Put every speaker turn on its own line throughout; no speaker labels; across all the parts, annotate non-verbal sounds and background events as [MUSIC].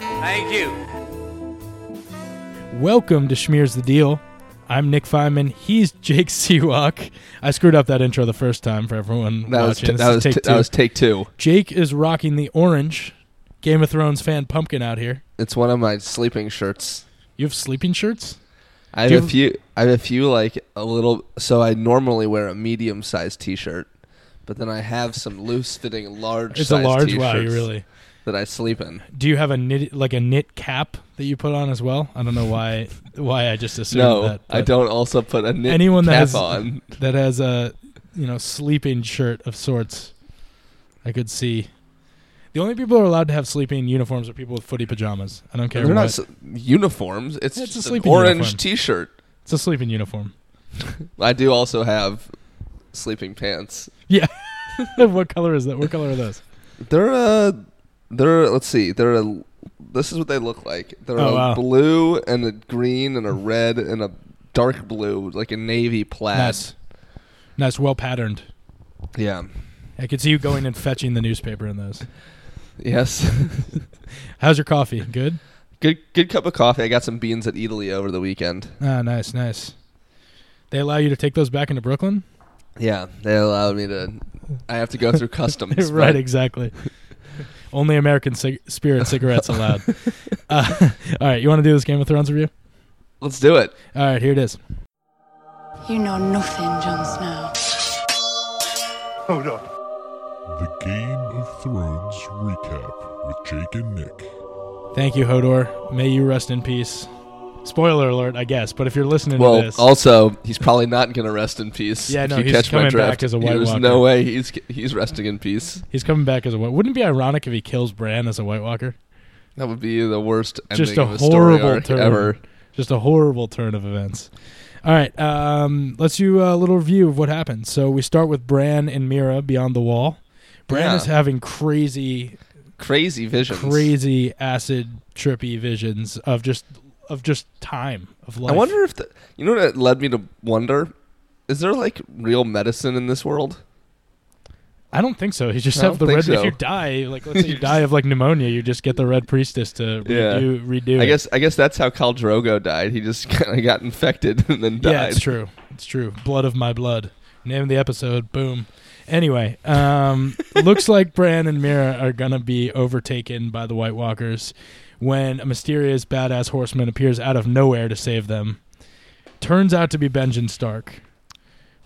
Thank you.
Welcome to Schmears the Deal. I'm Nick Feynman. He's [LAUGHS] Jake Seawalk. I screwed up that intro the first time for everyone watching.
That was, t-
This
that,
is
was
take
t-
two.
that was take two.
Jake is rocking the orange Game of Thrones fan pumpkin out here.
It's one of my sleeping shirts.
You have sleeping shirts?
I have
Do
a
you-
few. I have a few like a little. So I normally wear a medium sized t shirt, but then I have some loose fitting large.
It's a large
t
wow, you really.
that I sleep in.
Do you have a knit like a knit cap that you put on as well? I don't know
[LAUGHS]
why why I just assumed
no,
that.
I
but
don't. Also put a knit
Anyone that
cap
has
on.
that has a you know sleeping shirt of sorts. I could see. The only people who are allowed to have sleeping uniforms are people with footy pajamas. I don't care.
They're not
what-
s- uniforms.
It's
It's,
a
just an
sleeping
orange
uniform.
t shirt.
it's a sleeping uniform. [LAUGHS]
I do also have sleeping pants.
Yeah. what color is that? What color are those?
They're uh they're let's see, they're a, this is what they look like. They're
Oh,
a
wow.
blue and a green and a red and a dark blue, like a navy plaid.
Nice. Nice, well patterned.
Yeah.
I could see you going and fetching the newspaper in those.
Yes. [LAUGHS]
How's your coffee? Good.
good good cup of coffee. I got some beans at Italy over the weekend.
Ah, nice, nice. They allow you to take those back into
[LAUGHS]
Brooklyn.
Yeah, they allowed me to I have to
[LAUGHS]
go through customs.
right,
but- [LAUGHS]
exactly. Only American cig- spirit cigarettes allowed.
[LAUGHS]
Uh, [LAUGHS] all right, you want to do this Game of Thrones review?
Let's do it.
All right, here it is.
You know nothing, Jon Snow.
The Game of Thrones recap with Jake and Nick.
Thank you, Hodor. May you rest in peace. Spoiler alert, I guess. But if you're listening to
Well,
this,
also, he's probably not going to rest in peace.
Yeah,
if
no,
you
he's
catch my
coming
drift.
back as a White
There's
Walker.
no way he's he's resting in peace.
he's coming back as a. White- Wouldn't it be ironic if he kills Bran as a White Walker?
That would be the worst ending
Just a
of a story
horrible
arc
turn.
ever.
Just a horrible turn of events. All right, um, let's do a little review of what happened. So we start with Bran and Mira beyond the wall. Bran
Yeah.
is having crazy
Crazy visions.
crazy acid trippy visions of just of just time of life.
I wonder if the, you know what led me to wonder is there like real medicine in this world?
I don't think so. You just
I
have
don't
the
think
red. If
so.
you die, like let's say
[LAUGHS]
you die of like pneumonia, you just get the red priestess to
Yeah.
redo redo.
I
it.
guess I guess that's how Khal Drogo died. He just [LAUGHS] kind of got infected and then died.
Yeah, it's true. It's true. Blood of my blood. Name of the episode. Boom. Anyway,
[LAUGHS]
um, looks like Bran and Mira are gonna be overtaken by the White Walkers when a mysterious badass horseman appears out of nowhere to save them. Turns out to be Benjen Stark,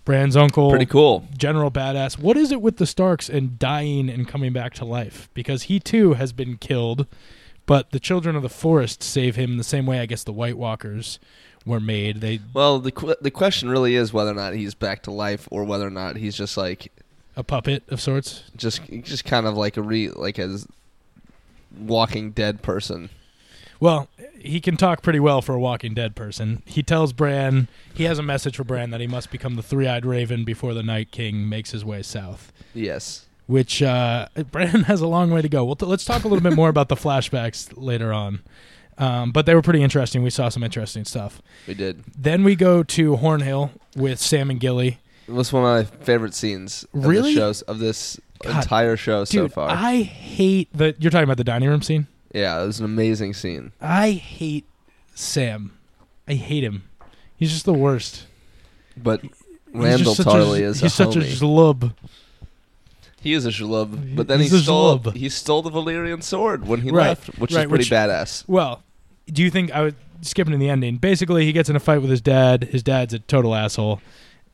Bran's uncle.
Pretty cool.
General Badass. What is it with the Starks and dying and coming back to life? Because he too has been killed, but the Children of the Forest save him the same way I guess the White Walkers were made. They
Well, the qu- the question really is whether or not he's back to life or whether or not he's just like
a puppet of sorts.
just just kind of like a re like as walking dead person.
Well, he can talk pretty well for a Walking Dead person. He tells Bran he has a message for Bran that he must become the Three-Eyed Raven before the Night King makes his way south.
Yes.
Which uh, [LAUGHS] Bran has a long way to go. Well, t- let's talk a little bit more about the flashbacks later on. Um, but they were pretty interesting. We saw some interesting stuff.
We did.
Then we go to Hornhill with Sam and Gilly.
It was one of my favorite scenes of the
Really?
shows of this
God.
entire show so
Dude,
far.
I hate the. You're talking about the dining room scene.
Yeah, it was an amazing scene.
I hate Sam. I hate him. He's just the worst.
But
He's
Randall
just such
Tarley
a,
is
he's
a
such
homie.
a zlub.
he is a schlub, but then
He's
he
a
stole
schlub.
he stole the Valyrian sword when he
Right,
left, which
right,
is pretty
which-
badass.
Well, do you think I would skipping to the ending? Basically, he gets in a fight with his dad. His dad's a total asshole,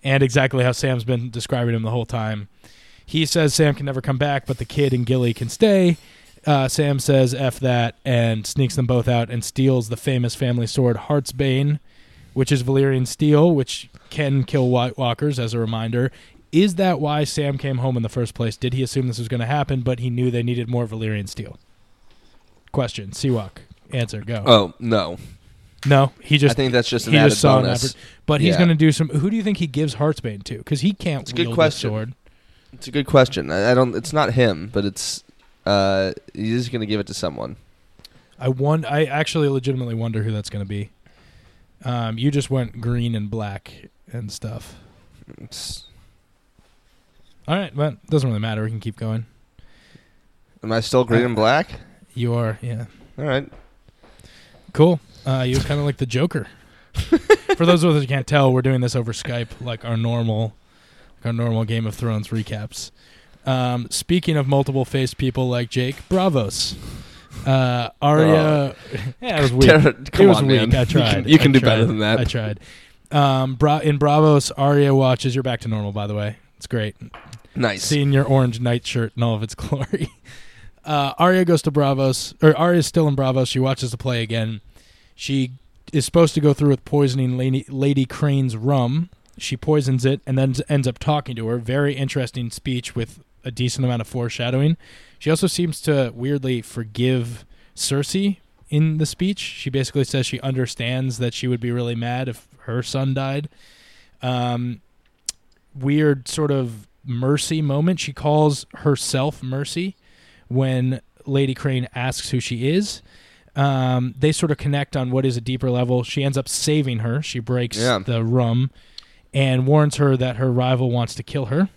and exactly how Sam's been describing him the whole time. He says Sam can never come back, but the kid and Gilly can stay. Uh, Sam says "f that" and sneaks them both out and steals the famous family sword Heartsbane, which is Valyrian steel, which can kill White Walkers. As a reminder, is that why Sam came home in the first place? Did he assume this was going to happen, but he knew they needed more Valyrian steel? Question: Seawalk. Answer: Go.
Oh no,
No, he just
I think that's just an
he
added
just saw an
bonus.
effort. But he's
Yeah.
going to do some. Who do you think he gives Heartsbane to? Because he can't
It's a good
wield the
question.
sword.
It's a good question. I, I don't. It's not him, but it's uh, he's going to give it to someone.
I won. I actually legitimately wonder who that's going to be. Um, you just went green and black and stuff.
It's-
All right, but doesn't really matter. We can keep going. Uh,
am I still green and black?
You are, yeah.
All right.
Cool. Uh, you kind of like the Joker. For those of us who can't tell, we're doing this over Skype, like our normal, like our normal Game of Thrones recaps. Um, speaking of multiple faced people like Jake, Bravos. Uh, Arya. [LAUGHS] yeah, it was weak.
Tara, [LAUGHS] come
it was
on,
weak.
man.
I tried.
You can, you can
I
do
tried.
better than that.
I tried. Um, Bra- in Bravos, Arya watches. You're back to normal, by the way. It's great
Nice.
seeing your orange nightshirt in all of its [LAUGHS] glory. Uh, Arya goes to Bravos, or Arya's still in Bravos. She watches the play again. She is supposed to go through with poisoning Lady, Lady Crane's rum. She poisons it and then ends up talking to her. Very interesting speech with a decent amount of foreshadowing. She also seems to weirdly forgive Cersei in the speech. She basically says she understands that she would be really mad if her son died. Um, weird sort of mercy moment. She calls herself Mercy when Lady Crane asks who she is. Um, they sort of connect on what is a deeper level. She ends up saving her. She breaks
Yeah.
the rum and warns her that her rival wants to kill her.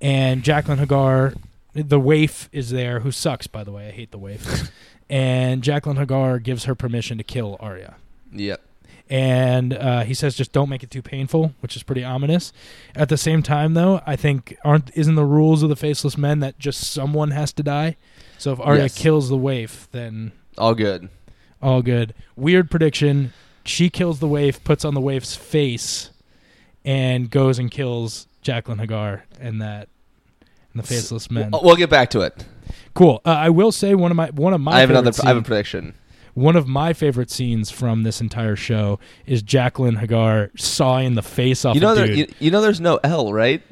And Jacqueline Hagar, the waif, is there, who sucks, by the way. I hate the waif. and Jacqueline Hagar gives her permission to kill Arya
Yep.
and uh, he says just don't make it too painful, which is pretty ominous. At the same time, though, I think aren't isn't the rules of the faceless men that just someone has to die? So if Arya
Yes.
kills the waif, then
All good.
all good. Weird prediction. She kills the waif, puts on the waif's face, and goes and kills Jacqueline Hagar and that and the faceless men.
We'll, we'll get back to it.
Cool. Uh, I will say one of my one of my
I have
favorite
another. I have a
scenes-
prediction.
one of my favorite scenes from this entire show is Jacqueline Hagar sawing the face off
You know,
a
there,
dude.
you, you know, there's no L, right?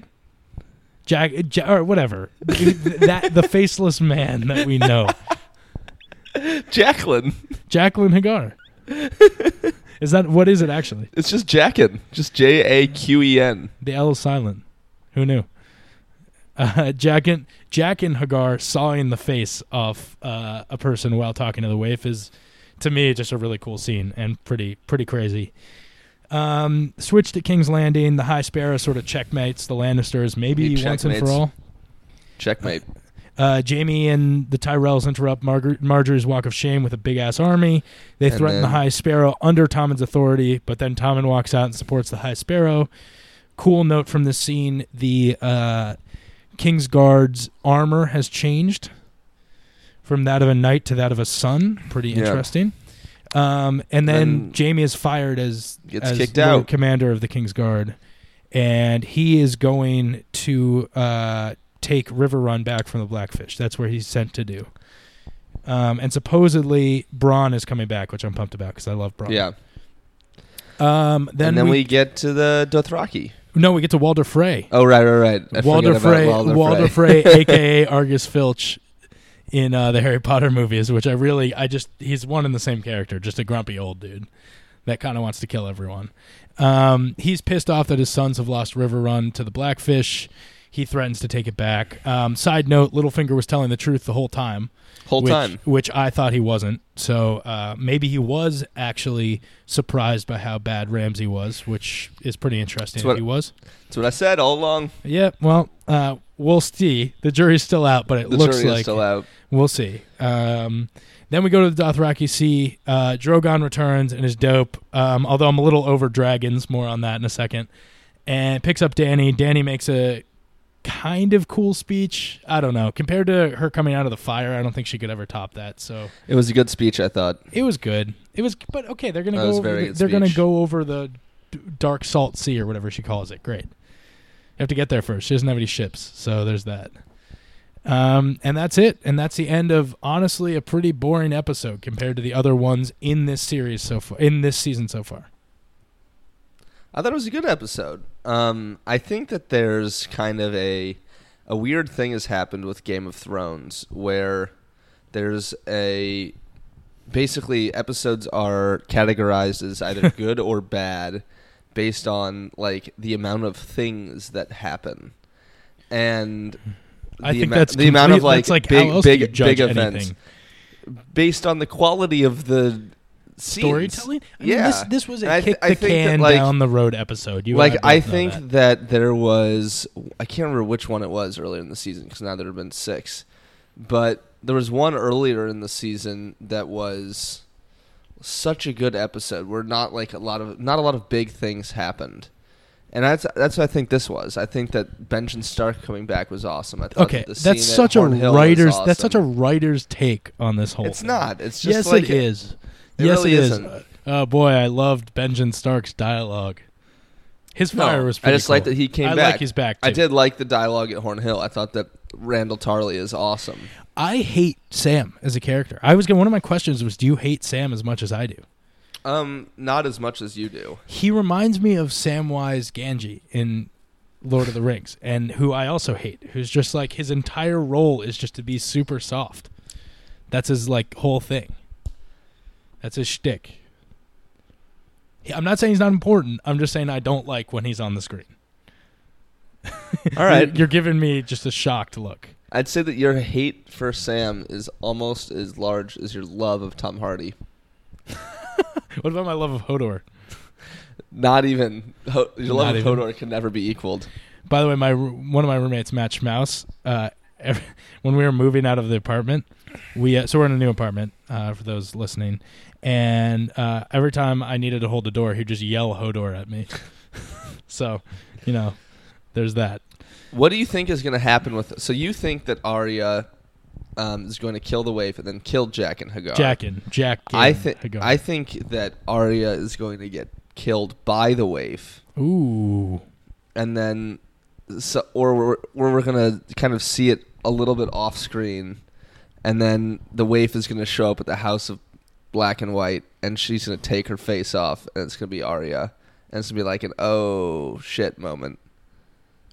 [LAUGHS]
Jack, Ja- or whatever. [LAUGHS] that the faceless man that we
[LAUGHS]
know,
Jacqueline.
Jacqueline Hagar. Is that what is it actually?
It's just Jackin. Just J A Q E N.
The L is silent. Who knew? Uh, [LAUGHS] Jack and Jack and Hagar sawing the face off uh, a person while talking to the waif is, to me, just a really cool scene and pretty pretty crazy. Um, switch to King's Landing. The High Sparrow sort of checkmates the Lannisters, maybe
He
once and for
checkmates.
all.
Checkmate.
Uh, Jamie and the Tyrells interrupt Margar- Marjorie's walk of shame with a big ass army. They
And
threaten the
then-
High Sparrow under Tommen's authority, but then Tommen walks out and supports the High Sparrow. Cool note from this scene the uh, King's Guard's armor has changed from that of a knight to that of a son. Pretty
Yeah.
interesting. Um, and then,
Then-
Jamie is fired as,
Gets
as
kicked
Lord
out.
commander of the King's Guard. And he is going to uh, take River Run back from the Blackfish. That's where he's sent to do. Um, and supposedly Braun is coming back, which I'm pumped about because I love Braun.
Yeah.
Um, then,
and then
we,
we, get to the Dothraki.
no, we get to Walder Frey.
Oh right, right, right. I forgot
Walder
about
Frey,
Walder, [LAUGHS]
Walder
Frey.
Frey, aka Argus Filch, in uh, the Harry Potter movies, which I really, I just, he's one and the same character, just a grumpy old dude that kind of wants to kill everyone. Um, he's pissed off that his sons have lost River Run to the Blackfish. He threatens to take it back. Um, side note: Littlefinger was telling the truth the whole time.
Whole
which,
time.
which I thought he wasn't. So uh, maybe he was actually surprised by how bad Ramsey was, which is pretty interesting.
That's
if
what-
he was.
That's what I said all along.
Yeah, well, uh, we'll see. The jury's still out, but it
The
looks
jury
like
is still out.
we'll see. Um, then we go to the Dothraki Sea. Uh, Drogon returns and is dope. Um, although I'm a little over dragons, more on that in a second. And picks up Danny. Danny makes a kind of cool speech. I don't know. Compared to her coming out of the fire, I don't think she could ever top that. So
It was a good speech, I thought.
it was good. It was, but okay, they're gonna
That
go.
was
Over,
very
they're
good
gonna
speech.
go over the d- dark salt sea or whatever she calls it. Great. You have to get there first. She doesn't have any ships, so there's that. Um, and that's it. And that's the end of honestly a pretty boring episode compared to the other ones in this series so far, in this season so far.
I thought it was a good episode. Um, I think that there's kind of a a weird thing has happened with Game of Thrones where there's a basically episodes are categorized
[LAUGHS]
as either good or bad based on like the amount of things that happen and
I
the
think
amou-
that's
the amount of
complete-
like,
that's like how
big
else do you
big
judge
big events
anything?
based on the quality of the scenes.
Storytelling. I mean,
yeah,
this, this was a
And I th-
kick
I
the
think that,
can
like-
down the road episode. You and
like I
both know
think
that.
that. there was I can't remember which one it was earlier in the season because now there have been six, but there was one earlier in the season that was such a good episode where not like a lot of not a lot of big things happened. And that's that's what I think this was. I think that Benjamin Stark coming back was awesome. I thought
Okay,
that the
that's
scene at
such a
Horn Hill was
writer's. That's
awesome.
such a writer's take on this whole.
It's
thing.
not. It's just
Yes,
like
it is.
it
yes,
really
it is.
isn't.
Oh boy, I loved Benjamin Stark's dialogue. His
No,
fire was.
I
pretty
just like
cool.
that he came
I
back.
like he's back.
I
too.
did like the dialogue at Horn Hill. I thought that Randall Tarley is awesome.
I hate Sam as a character. I was gonna, one of my questions was, do you hate Sam as much as I do?
Um, not as much as you do.
He reminds me of Samwise Ganji in Lord of the Rings, and who I also hate. Who's just like his entire role is just to be super soft. That's his like whole thing. That's his shtick. He- I'm not saying he's not important. I'm just saying I don't like when he's on the screen.
[LAUGHS] All right,
You're giving me just a shocked look.
I'd say that your hate for Sam is almost as large as your love of Tom Hardy.
What about my love of Hodor?
Not even Ho- your love
Not
of
even.
Hodor can never be equaled.
By the way, my one of my roommates, Match Mouse, uh, [LAUGHS] ev when we were moving out of the apartment, we uh, so we're in a new apartment uh, for those listening, and uh, every time I needed to hold the door, he'd just yell Hodor at me. [LAUGHS] so, you know, there's that.
What do you think is going to happen with? So you think that Arya um, is going to kill the Waif and then kill Jack and Hagar?
Jackin, Jack.
Uh, I think I think that Arya is going to get killed by the Waif.
Ooh,
and then so or we're, or we're gonna kind of see it a little bit off screen and then the waif is gonna show up at the house of black and white and she's gonna take her face off and it's gonna be Arya and it's gonna be like an oh shit moment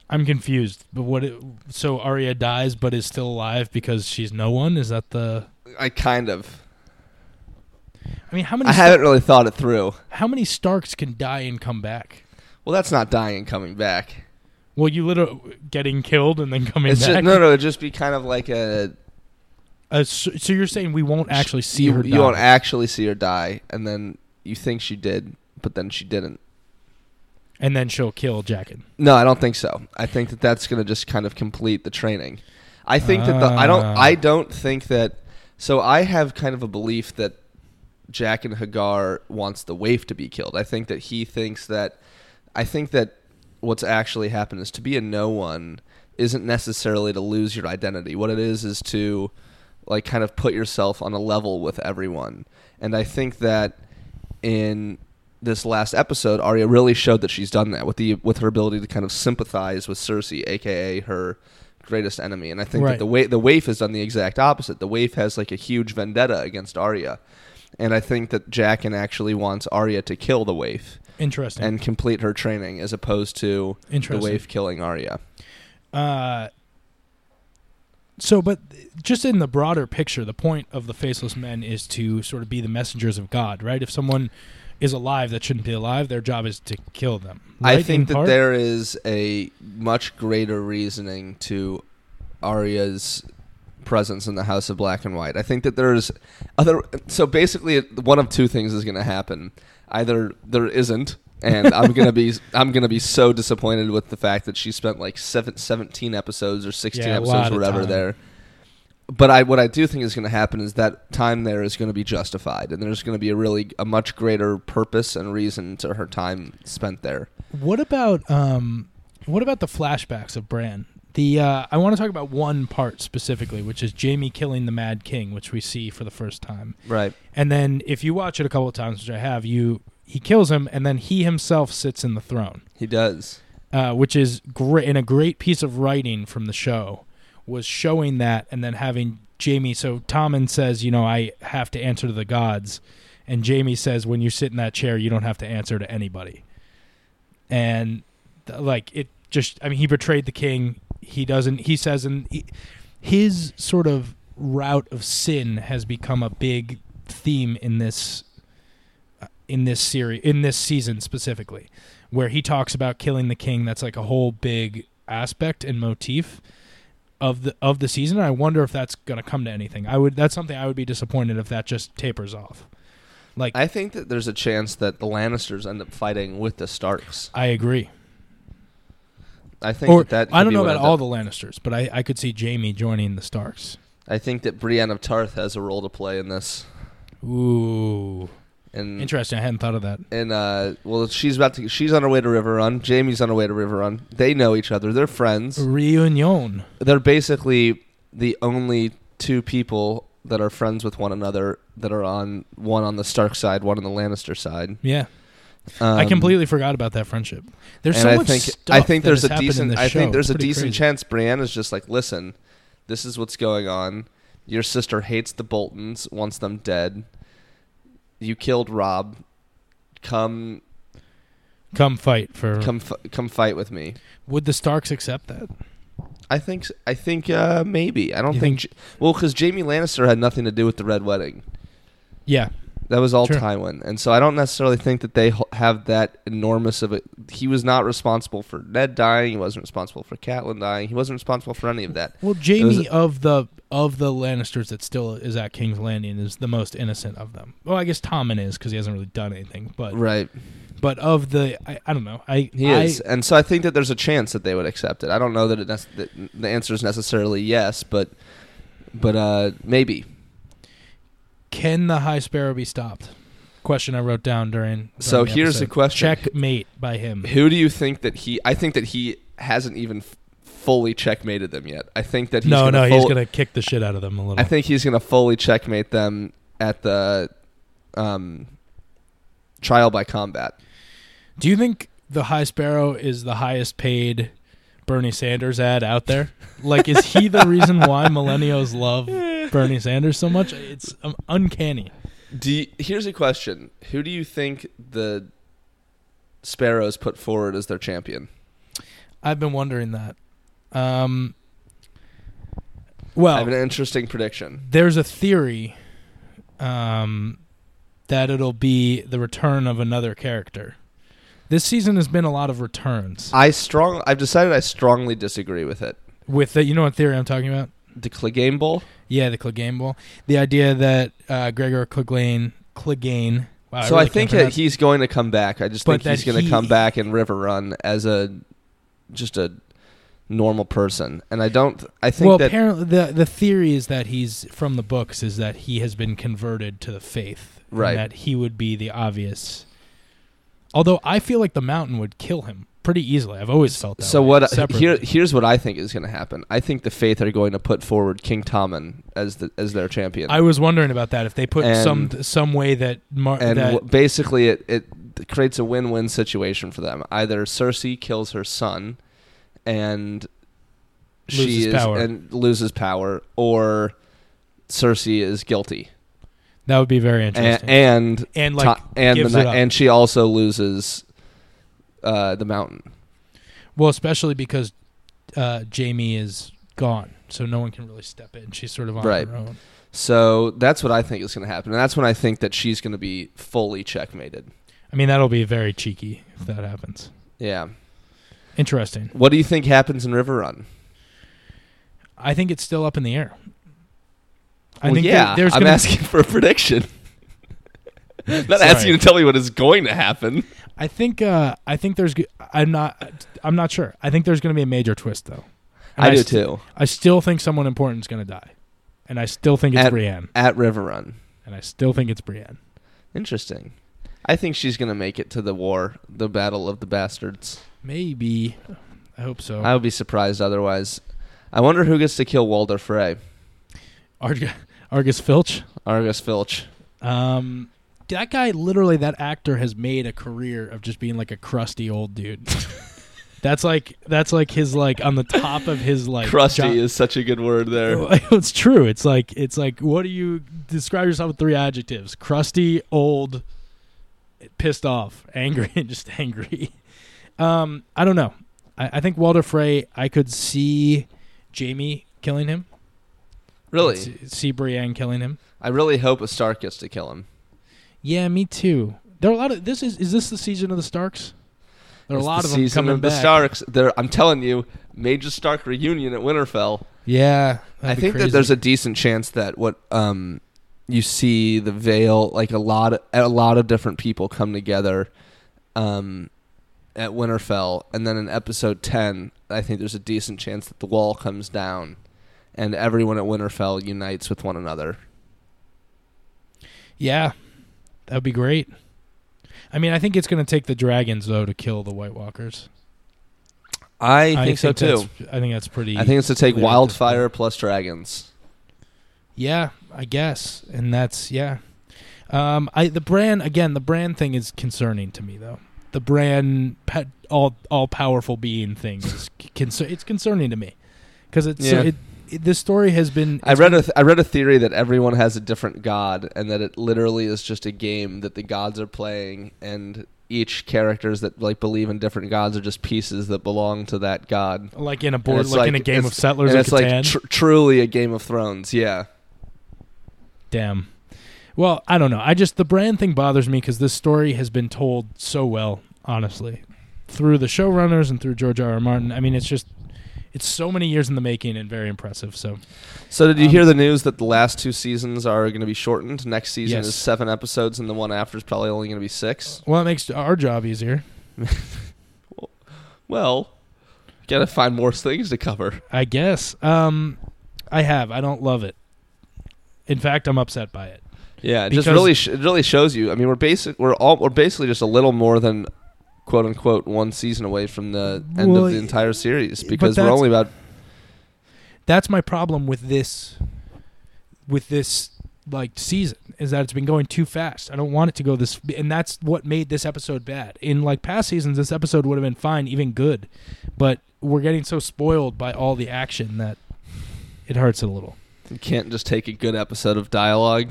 I'm confused. But what? It, so Arya dies, but is still alive because she's no one. Is that the?
I kind of
I mean, how many?
I
Star-
haven't really thought it through
how many Starks can die and come back?
well that's not dying coming back
Well, you literally getting killed and then coming
it's
back.
just no no it'd just be kind of like a
Uh, so, so you're saying we won't actually see
you,
her?
you
die.
won't actually see her die and then you think she did but then she didn't
and then she'll kill Jackin.
No, I don't think so. I think that that's going to just kind of complete the training. I think that the I don't
Ah.
I don't think that so I have kind of a belief that Jack and Hagar wants the waif to be killed. I think that he thinks that I think that what's actually happened is to be a no one isn't necessarily to lose your identity. What it is is to like kind of put yourself on a level with everyone. And I think that in this last episode, Arya really showed that she's done that with the with her ability to kind of sympathize with Cersei, aka her greatest enemy. And I think
Right.
that the wa- the waif has done the exact opposite. The waif has like a huge vendetta against Arya. And I think that Jaqen actually wants Arya to kill the waif
Interesting.
and complete her training as opposed to the
Interesting.
waif killing Arya.
uh, so, but just in the broader picture, the point of the faceless men is to sort of be the messengers of God, right? If someone is alive that shouldn't be alive, their job is to kill them.
I
right, in
think that
part?
there is a much greater reasoning to Arya's presence in the House of Black and White. I think that there's other. So basically, one of two things is going to happen: either there isn't, and
[LAUGHS]
I'm gonna be I'm gonna be so disappointed with the fact that she spent like seven, 17 episodes or sixteen
Yeah, a lot
episodes,
of
or whatever,
time.
there. But I, what I do think is going to happen is that time there is going to be justified, and there's going to be a really a much greater purpose and reason to her time spent there.
What about um, what about the flashbacks of Bran? The uh, I want to talk about one part specifically, which is Jamie killing the Mad King, which we see for the first time.
Right.
And then if you watch it a couple of times, which I have, you he kills him, and then he himself sits in the throne,
He does.
uh, which is great. And a great piece of writing from the show was showing that, and then having Jamie. So Tommen says, you know, I have to answer to the gods, and Jamie says, when you sit in that chair, you don't have to answer to anybody. And th- like it just, I mean, he betrayed the king. He doesn't. He says, and he, his sort of route of sin has become a big theme in this uh, in this series in this season specifically where he talks about killing the king that's like a whole big aspect and motif of the of the season and i wonder if that's going to come to anything i would that's something i would be disappointed if that just tapers off like i,
I think that there's a chance that the Lannisters end up fighting with the Starks.
agree
I think
or
that, that
i don't know about all the lannisters but i i could see jamie joining the starks
I think that Brienne of Tarth has a role to play in this.
ooh
And
Interesting. I hadn't thought of that.
and uh, well, she's about to. She's on her way to River Run. Jamie's on her way to River Run. They know each other. They're friends.
Reunion.
They're basically the only two people that are friends with one another that are on one on the Stark side, one on the Lannister side.
Yeah,
Um,
I completely forgot about that friendship. There's
and
so
I
much
think
stuff.
I think
that
there's
has
a
happened in
decent.
this
I
show.
think there's a
Pretty
decent
crazy.
chance Brienne is just like, listen, this is what's going on. Your sister hates the Boltons, wants them dead. You killed Rob. Come,
Come fight for.
come, f- come fight with me.
Would the Starks accept that?
I think s- I think uh, maybe I don't
You
think,
think-
J- well because Jamie Lannister had nothing to do with the Red Wedding.
Yeah,
That was all
Sure.
Tywin, and so I don't necessarily think that they h- have that enormous of a. He was not responsible for Ned dying. He wasn't responsible for Catelyn dying. He wasn't responsible for any of that.
Well, Jamie
was-
of the of the Lannisters that still is at King's Landing is the most innocent of them. Well, I guess Tommen is because he hasn't really done anything. But
Right,
but of the I, I don't know I
he
I,
is, and so I think that there's a chance that they would accept it. I don't know that, it nec- that the answer is necessarily yes, but but uh, maybe.
Can the High Sparrow be stopped? Question I wrote down during. during
So
the
here's
episode.
the question.
Checkmate by him.
Who do you think that he? I think that he hasn't even f- fully checkmated them yet. I think that he's
no,
gonna
no, he's
full-
gonna kick the shit out of them a little.
I think he's going to fully checkmate them at the um, trial by combat.
Do you think the High Sparrow is the highest paid Bernie Sanders ad out there? Like, is he the reason
[LAUGHS]
why millennials love Bernie Sanders so much? It's um, uncanny.
Do you- here's a question: Who do you think the Sparrows put forward as their champion?
I've been wondering that. Um,
I
well,
have an interesting prediction.
there's a theory um, that it'll be the return of another character. This season has been a lot of returns.
I strong. I've decided I strongly disagree with it.
With the, you know what theory I'm talking about?
The Clegane Bowl.
Yeah, the Clegane Bowl. The idea that uh, Gregor Clegane, Clegane. Wow,
so
really
I
can't
think that
pronounce-
he's going to come back. I just
But
think he's
that
going to
he-
come back in River Run as a just a normal person, and I don't. I think
well,
that
apparently the the theory is that he's from the books is that he has been converted to the faith, and
Right.
that he would be the obvious. Although I feel like the mountain would kill him pretty easily. I've always felt that.
So
way,
what?
separately.
Here, here's what I think is going to happen. I think the Faith are going to put forward King Tommen as the as their champion,
I was wondering about that if they put some
And-
some way that Mar-
and
that
w- basically it it creates a win win situation for them. Either Cersei kills her son, and she
Loses
is
power.
and loses power, or Cersei is guilty,
that would be very
A-
interesting. And,
and
like
To- and the
gives it
ni-
up.
and she also loses uh, the mountain.
well, especially because uh, Jamie is gone, so no one can really step in. She's sort of on
Right.
her own.
So that's what I think is going to happen, and that's when I think that she's going to be fully checkmated.
I mean, that'll be very cheeky if that happens.
Yeah.
Interesting.
What do you think happens in River Run?
I think it's still up in the air. I
Well,
think there-
yeah,
there's
I'm
gonna,
asking for
[LAUGHS]
a prediction. Not
Sorry.
asking you to tell me what is going to happen.
I think uh, I think there's g- I'm not I'm not sure. I think there's going to be a major twist though. And
I, do
st-
too.
I still think someone important is going to die, and I still think it's
At-
Brienne,
At River Run.
and I still think it's Brienne.
Interesting. I think she's going to make it to the war, the Battle of the Bastards.
Maybe. I hope so.
I would be surprised otherwise. I wonder who gets to kill Walder Frey.
Arg- Argus Filch.
Argus Filch.
Um, that guy, literally, that actor has made a career of just being like a crusty old
[LAUGHS]
dude. that's like that's like his like on the top of his like
Crusty
job-
is such a good word there. [LAUGHS]
[LAUGHS] it's true. It's like it's like what do you describe yourself with three adjectives? Crusty, old, pissed off, [LAUGHS] angry, and just angry. [LAUGHS] Um, I don't know. I, I think Walter Frey. I could see Jamie killing him.
Really?
See, see Brienne killing him.
I really hope a Stark gets to kill him.
Yeah, me too. There are a lot of this is is this the season of the Starks? There are
It's
a lot
the
of them
season
coming
of the
back.
Starks. There, I'm telling you, major Stark reunion at Winterfell.
Yeah,
I think that there's a decent chance that what um you see the veil like a lot of, a lot of different people come together um at Winterfell and then in episode 10 I think there's a decent chance that the wall comes down and everyone at Winterfell unites with one another.
yeah. That would be great. I mean, I think it's going to take the dragons though to kill the White Walkers.
I think so too.
that's- I think that's pretty.
I think it's to take
clear at this
wildfire plus dragons.
Yeah, I guess, and that's yeah. Um, I the brand again. The brand thing is concerning to me though. The brand pet, all all powerful being thing
[LAUGHS]
is concer- It's concerning to me because it's so
Yeah.
it, it. This story has been.
I read a th- I read a theory that everyone has a different god, and that it literally is just a game that the gods are playing, and each characters that like believe in different gods are just pieces that belong to that god.
like in a
And
board,
it's
like, in a game of
it's-
Settlers
and
in
it's like
Catan.
tr- truly a Game of Thrones. Yeah,
Damn. Well, I don't know. I just the brand thing bothers me because this story has been told so well, honestly, through the showrunners and through George R. R. Martin. I mean, it's just it's so many years in the making and very impressive. So
So did you
Um,
hear the news that the last two seasons are going to be shortened? Next season
Yes.
is seven episodes, and the one after is probably only going to be six.
Well, it makes our job easier,
Well, gotta find more [LAUGHS] things to cover.
I guess. Um, I have. I don't love it. In fact, I'm upset by it.
Yeah, it just
Because-
really sh- it really shows you. I mean, we're basic we're all we're basically just a little more than quote unquote one season away from the end
Well,
of the entire series
but
because we're
that's-
only about
That's my problem with this. With this, like season, is that it's been going too fast. I don't want it to go this, and that's what made this episode bad. In like past seasons, this episode would have been fine, even good, but we're getting so spoiled by all the action that it hurts it a little.
you can't just take a good episode of dialogue.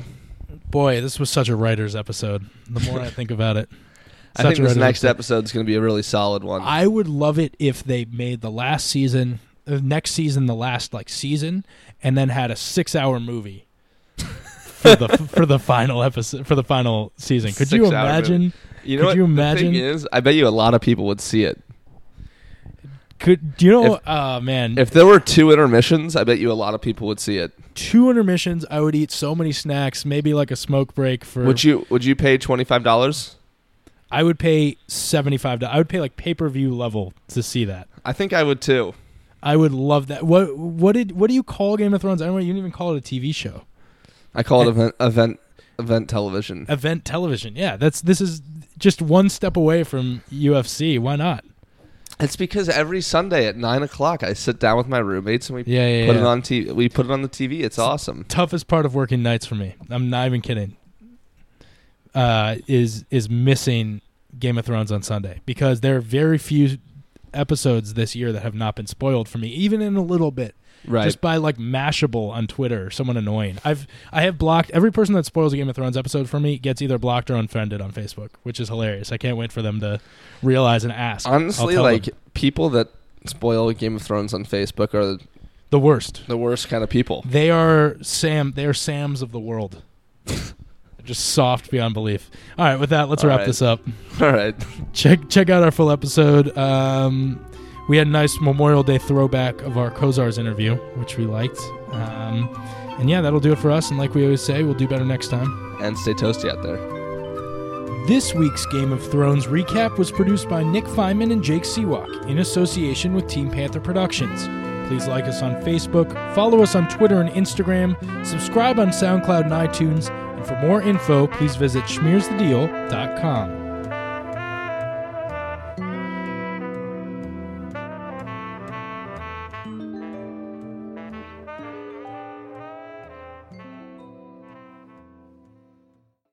Boy, this was such a writer's episode. The more I think about it,
[LAUGHS] I
Such
think
a
this
writer's
next
episode.
episode is going to be a really solid one.
I would love it if they made the last season, the next season, the last like season, and then had a six-hour movie [LAUGHS] for the for the final episode for the final season. Could you
Six-hour
imagine?
you
could
know what
you
the
imagine-
thing is? I bet you a lot of people would see it.
Could do you know?
If-
oh man,
If there were two intermissions, I bet you a lot of people would see it.
two intermissions. I would eat so many snacks. Maybe like a smoke break for.
Would you would you pay twenty five dollars?
I would pay seventy-five. I would pay like pay-per-view level to see that.
I think I would too.
I would love that. What what did what do you call Game of Thrones? I don't know. You didn't even call it a TV show.
I call it event event event television.
event television. Yeah, that's this is just one step away from UFC. Why not?
It's because every Sunday at nine o'clock, I sit down with my roommates and we
Yeah, yeah,
put
yeah.
it on TV. We put it on the TV. It's awesome.
Toughest part of working nights for me. I'm not even kidding. Uh, is is missing Game of Thrones on Sunday because there are very few episodes this year that have not been spoiled for me, even in a little bit.
Right.
Just by like Mashable on Twitter, or someone annoying. I've I have blocked every person that spoils a Game of Thrones episode for me gets either blocked or unfriended on Facebook, which is hilarious. I can't wait for them to realize and ask. I'll
Honestly,
tell
like
them.
people that spoil Game of Thrones on Facebook are
the worst.
the worst kind of people. [LAUGHS]
They are Sam. They are Sams of the world. [LAUGHS] They're Just soft beyond belief. All right, with that, let's
All
wrap
right.
this up.
All right.
Check check out our full episode. Um, we had a nice Memorial Day throwback of our Kozars interview, which we liked. Um, and yeah, that'll do it for us. And like we always say, we'll do better next time.
And stay toasty out there.
This week's Game of Thrones recap was produced by Nick Feynman and Jake Seawalk in association with Team Panther Productions. Please like us on Facebook, follow us on Twitter and Instagram, subscribe on SoundCloud and iTunes, and for more info, please visit schmearsthedeal.com.